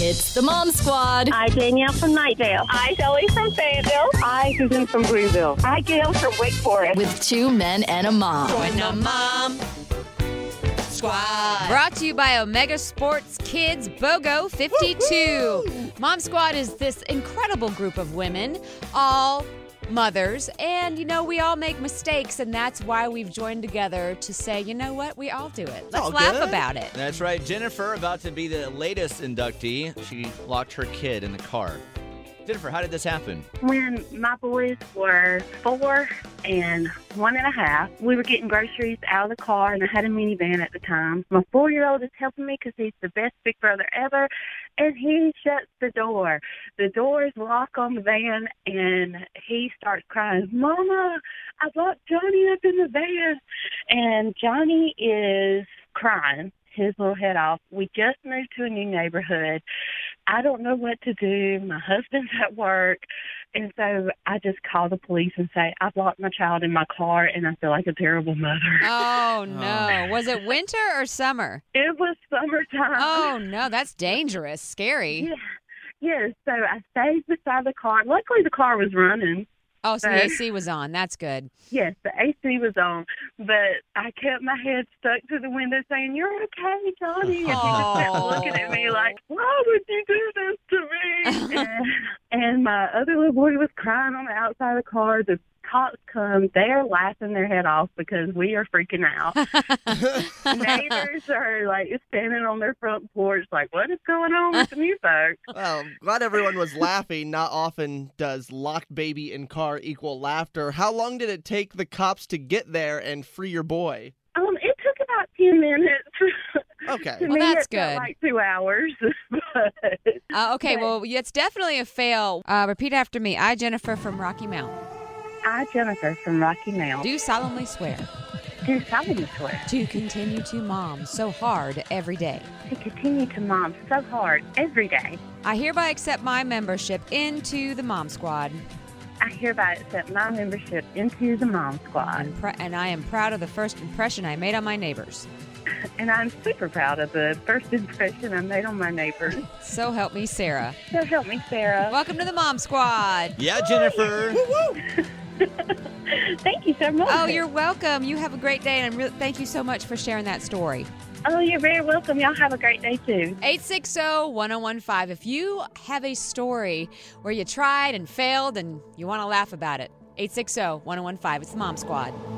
It's the Mom Squad. I, Danielle from Nightvale. I, Shelley from Fayetteville. I, Susan from Greenville. I, Gail from Wake Forest. With two men and a mom. Join the Mom Squad. Brought to you by Omega Sports Kids BOGO 52. Mom Squad is this incredible group of women, all mothers. And, you know, we all make mistakes, and that's why we've joined together to say, you know what, we all do it. Let's all laugh good. about it. That's right. Jennifer, about to be the latest inductee, she locked her kid in the car. Jennifer, how did this happen? When my boys were four and one and a half, we were getting groceries out of the car, and I had a minivan at the time. My four year old is helping me because he's the best big brother ever, and he shuts the door. The doors lock on the van, and he starts crying, Mama, I locked Johnny up in the van. And Johnny is crying his little head off. We just moved to a new neighborhood. I don't know what to do. My husband's at work. And so I just call the police and say, I've locked my child in my car and I feel like a terrible mother. Oh, no. Was it winter or summer? It was summertime. Oh, no. That's dangerous. Scary. Yeah. Yes. So I stayed beside the car. Luckily, the car was running. Oh, so the Right. AC was on. That's good. Yes, the AC was on, but I kept my head stuck to the window saying, You're okay, Johnny. And he just kept Aw. looking at me like, Why would you do this to me? and, and my other little boy was crying on the outside of the car. The cops come. They are laughing their head off because we are freaking out. Neighbors are like standing on their front porch, like, What is going on with the new folks? Well, glad everyone was laughing. Not often does locked baby in car equal laughter. How long did it take the cops to get there and free your boy? Um, it took about 10 minutes. Okay. to Well, me, that's it felt good. like two hours. but Uh, okay, well, it's definitely a fail. Uh, repeat after me. I, Jennifer from Rocky Mount, I, Jennifer from Rocky Mount, do solemnly swear do solemnly swear to continue to mom so hard every day. to continue to mom so hard every day. I hereby accept my membership into the Mom Squad, I hereby accept my membership into the Mom Squad, and, pr- and I am proud of the first impression I made on my neighbors. and I'm super proud of the first impression I made on my neighbor. So help me, Sarah. So help me, Sarah. Welcome to the Mom Squad. Yeah, Jennifer. Thank you so much. Oh, you're welcome. You have a great day, and I'm re- thank you so much for sharing that story. oh, you're very welcome. Y'all have a great day too. oh, 860-1015. If you have a story oh, where you tried and failed and you want to laugh about it, 860-1015. It's the Mom Squad.